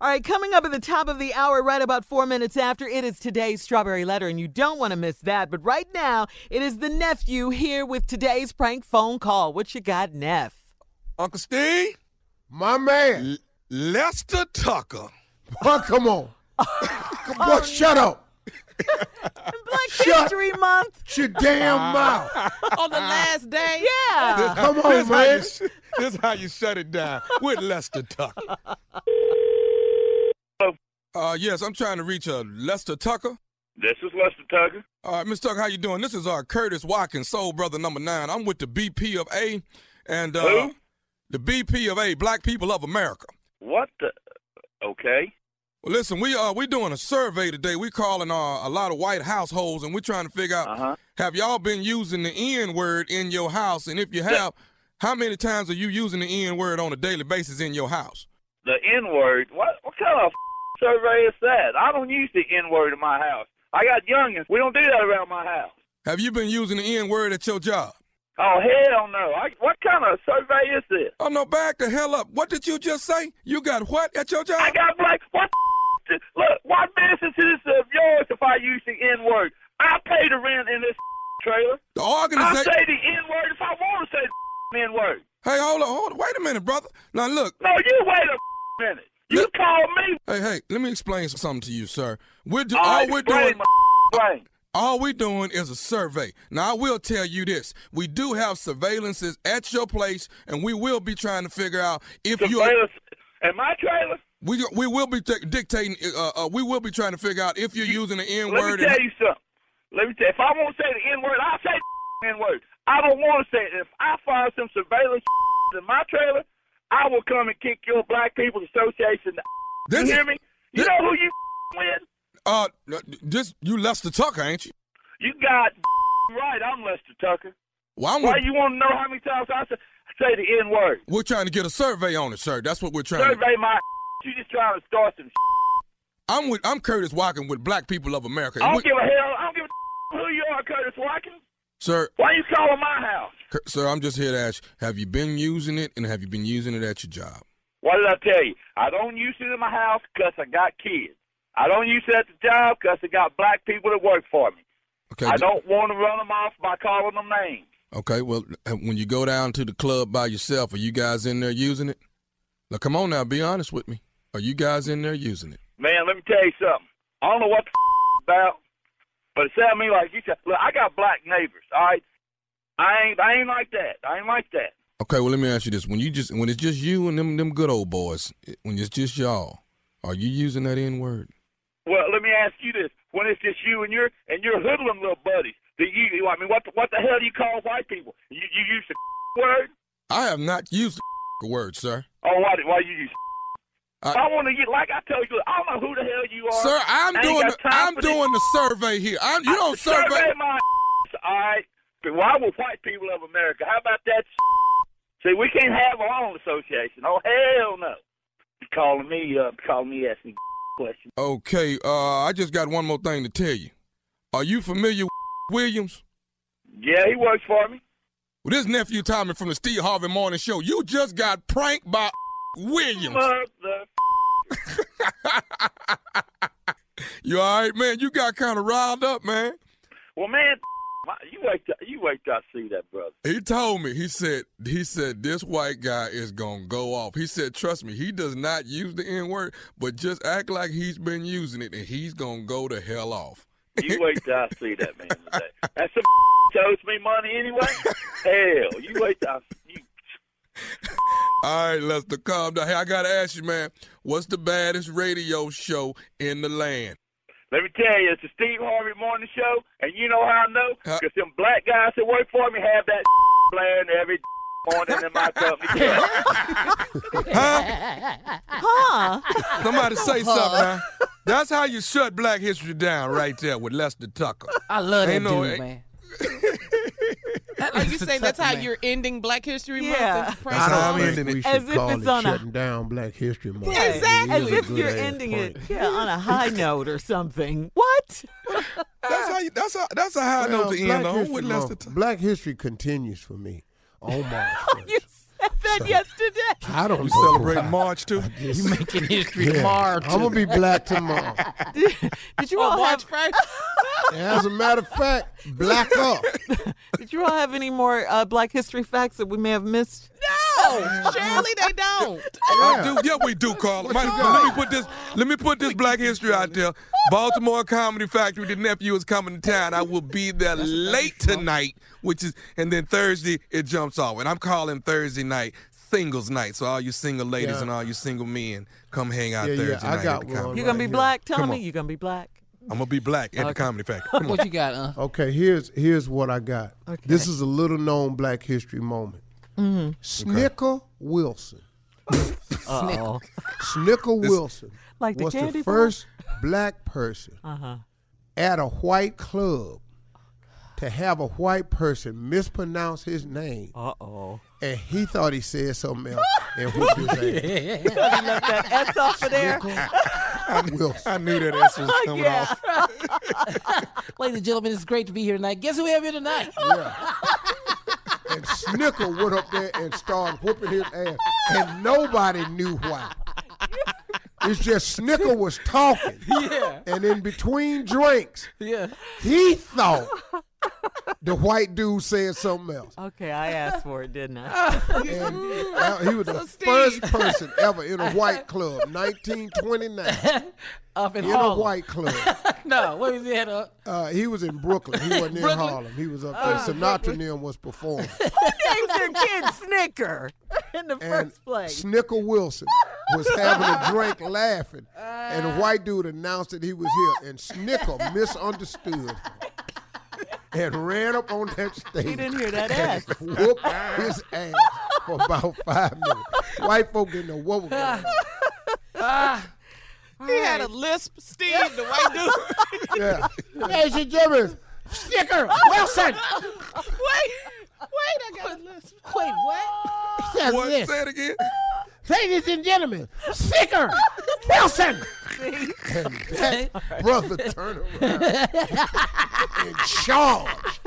All right, coming up at the top of the hour, right about four minutes after, it is today's Strawberry Letter, and you don't want to miss that. But right now, it is the nephew here with today's prank phone call. What you got, Neff? Uncle Steve, My man. L- Lester Tucker. Oh, come on. Come on, shut up. Black Shut- History Month. Shut your Ah. damn mouth. on the last day. Yeah. Come This on, how you man. sh- this how you shut it down with Lester Tucker. Uh, yes, I'm trying to reach uh, Lester Tucker. This is Lester Tucker. Uh, Mr. Tucker, how you doing? This is uh, Curtis Watkins, Soul Brother Number Nine. I'm with the BP of A, and uh, Who? the BP of A, Black People of America. What the? Okay. Well, listen, we uh, we doing a survey today. We calling uh, a lot of white households, and we're trying to figure Uh-huh. out Uh huh. have y'all been using the N word in your house, and if you have, how many times are you using the N word on a daily basis in your house? The N word. What? What kind of survey is that? I don't use the N word in my house. I got youngins. We don't do that around my house. Have you been using the N word at your job? Oh hell no! I, what kind of survey is this? Oh no, back the hell up! What did you just say? You got what at your job? I got black. What? The, look. What business is this of yours if I use the N word? I pay the rent in this trailer. the I organization. say the N word if I want to say the N word. hey, hold on, hold on, wait a minute, brother. Now look, No, you wait a minute. You Look- call me. hey, hey, let me explain something to you, sir. We're do- I all we're explain doing. my brain. All we're doing is a survey. Now, I will tell you this. We do have surveillances at your place, and we will be trying to figure out if you are. surveillance in my trailer. We, we will be t- dictating, uh, uh, we will be trying to figure out if you're using the N Let me word. tell you something. Let me tell. If I want to say the N word, I say the N word. I don't want to say it. If I find some surveillance in my trailer, I will come and kick your Black People's Association. You This, hear me? You this- know who you with? uh, this, you Lester Tucker, ain't you? You got right. I'm Lester Tucker. Well, I'm Why with- you want to know how many times I say, say the N word? we're trying to get a survey on it, sir. That's what we're trying to Survey my. You just trying to start some. I'm with, I'm Curtis Walken with Black People of America. I We- don't give a hell. I don't give a who you are, Curtis Watkins. sir, Why you calling my house? Cur- sir, I'm just here to ask, have you been using it, and have you been using it at your job? What did I tell you? I don't use it in my house 'cause I got kids. I don't use it at the job 'cause I got black people that work for me. Okay. I d- don't want to run them off by calling them names. Okay, well, uh, when you go down to the club by yourself, are you guys in there using it? Now, come on now, be honest with me. Are you guys in there using it? Man, let me tell you something. I don't know what the f- about, but it sounded to me like you said. Look, I got black neighbors. All right, I ain't. I ain't like that. I ain't like that. Okay, well, let me ask you this: when you just when it's just you and them them good old boys, it- when it's just y'all, are you using that N word? Well, let me ask you this: When it's just you and your and your hoodlum little buddies, do you? I mean, what the, what the hell do you call white people? You, you use the f- word? I have not used the word, sir. Oh, why? did- Why you use? I- I want to get like I told you. I don't know who the hell you are. Sir, I'm I ain't doing got the, time I'm for this. doing the survey here. I'm, you I- don't survey. survey. my. All right. But Why will white people of America? How about that? See, we can't have our own association. Oh hell no! You calling me up? Calling me asking questions? Okay, uh, I just got one more thing to tell you. Are you familiar with Williams? Yeah, he works for me. Well, this nephew Tommy from the Steve Harvey Morning Show, you just got pranked by Williams. Mother. You all right, man? You got kind of riled up, man. Well, man, my, you wait. Till, you wait till I see that brother. He told me. He said. He said this white guy is gonna go off. He said, trust me, he does not use the N word, but just act like he's been using it, and he's gonna go to hell off. You wait till I see that man today. That's some owes me money anyway. Hell, you wait till I, you All right, Lester, calm down. Hey, I gotta ask you, man. What's the baddest radio show in the land? Let me tell you, it's the Steve Harvey Morning Show, and you know how I know? Huh? Because them black guys that work for me have that blaring every morning in my company. Huh? Huh? Somebody say something. Huh? That's how you shut Black History down, right there with Lester Tucker. I love Ain't no- ain't- man. Are you saying that's how man. you're ending Black History Yeah. Month? That's I Yeah. how I'm don't think ending it. we As should if call it's it on a- shutting down Black History Month. Right. Exactly. As It is if a you're good-ass ending prank. it yeah, on a high note or something. What? That's how. You, that's how. That's a high Well, note to Black end on History with Month- Lester Tucker. Black History continues for me. Almost. You said happened yesterday. Oh, I don't You know. celebrate March too? You making history Yeah. tomorrow. I'm gonna be black tomorrow. Did you Oh, all March have? first. As a matter of fact, black up. Did you all have any more uh, Black History facts that we may have missed? No, surely they don't. I do. Yeah, we do, Carla. Might- let me put this. Let me put this black history out there. Baltimore Comedy Factory. The nephew is coming to town. I will be there late tonight, which is, and then Thursday it jumps off. And I'm calling Thursday night singles night. So all you single ladies Yeah. and all you single men, come hang out Yeah, yeah, Thursday I night. got at the comedy. one. You gonna right be here. black? Tell Come me on. you gonna be black. I'm gonna be black at the Comedy Factory. Come on. What you got? Uh, Okay, here's here's what I got. This is a little known Black History moment. Mm-hmm. Snicker Wilson. Snickle. Snicker Wilson Like the was candy the bar? Uh-huh. first black person at a white club to have a white person mispronounce his name, Uh oh. and he thought he said something else and whooped his He left that S off of there. ass. Wilson. I knew that S was coming Yeah. off. Ladies and gentlemen, it's great to be here tonight. Guess who we have here tonight? And Snicker went up there and started whooping his ass, and nobody knew why. It's just Snicker was talking. Yeah. And in between drinks, Yeah. he thought the white dude said something else. Okay, I asked for it, didn't I? And that- he was the first person ever in a white club, 1929, Up in in a Harlem. white club. No, where was he at? Uh, Uh, he was in Brooklyn. He wasn't in Harlem. He was up there. Sinatra and them was performing. Named their kid Snicker in the And first place. Snicker Wilson was having a drink laughing. And the white dude announced that he was here. And Snicker misunderstood and ran up on that stage. He didn't hear that S. whoop his ass for about five minutes. White folk didn't know what was going on. He had a lisp, Steve, the white dude. Yeah. Ladies and gentlemen, Snicker Wilson Wait, wait, I got a lisp. wait, what? says What? Say it again. Ladies and gentlemen, Snicker Wilson. and that brother turned around and charged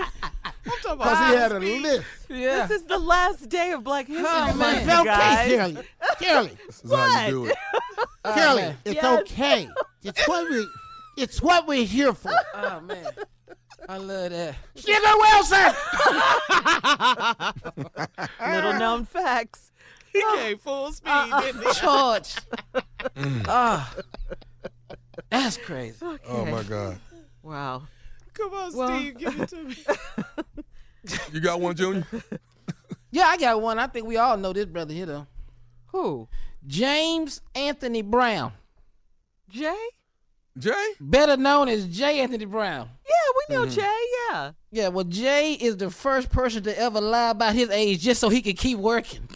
I'm talking because about he had a Steve. lift. Yeah. This is the last day of Black History Oh, Month, man. you guys. Kelly. Kelly. This is how you do it. Kelly, it's Yes. okay. It's what we. It's what we're here for. Oh man, I love that. Snicker Wilson. Little known facts. He came full speed, didn't he? George. Ah, that's crazy. Oh my God. Wow. Come on, Well- Steve, give it to me. You got one, Junior? Yeah, I got one. I think we all know this brother here though. Who? James Anthony Brown, Jay? Jay? better known as J. Anthony Brown. Yeah, we know Jay, yeah. Yeah, well, Jay is the first person to ever lie about his age just so he could keep working.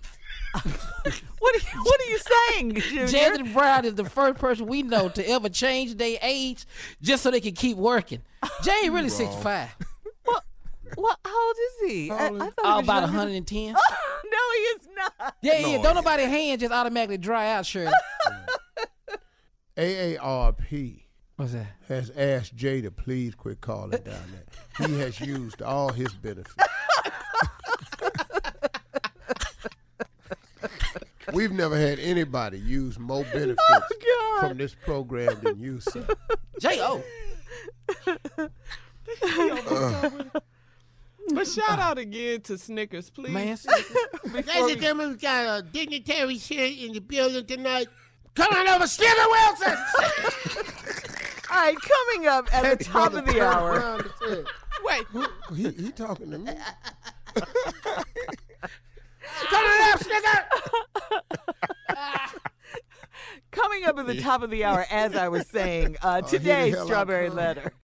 What are you, what are you saying, Junior? Jay Anthony Brown is the first person we know to ever change their age just so they could keep working. Jay ain't really 65, What, how old is he? I, I thought he all was about younger than- 110. No, he is not. Yeah, yeah. Don't nobody's hand just automatically dry out, Shirley. AARP What's that? has asked Jay to please quit calling down there. He has used all his benefits. We've never had anybody use more Oh, benefits from this program than you, sir. J O. But shout out again to Snickers, please. Man, Before we- gentlemen, got a dignitary here in the building tonight. Come on over, Skinner Wilson! All right, coming up at the top of the hour. Wait, He, he talking to me. Coming up at the top of the hour, as I was saying, uh, here the today's hell I uh, Strawberry come. Letter.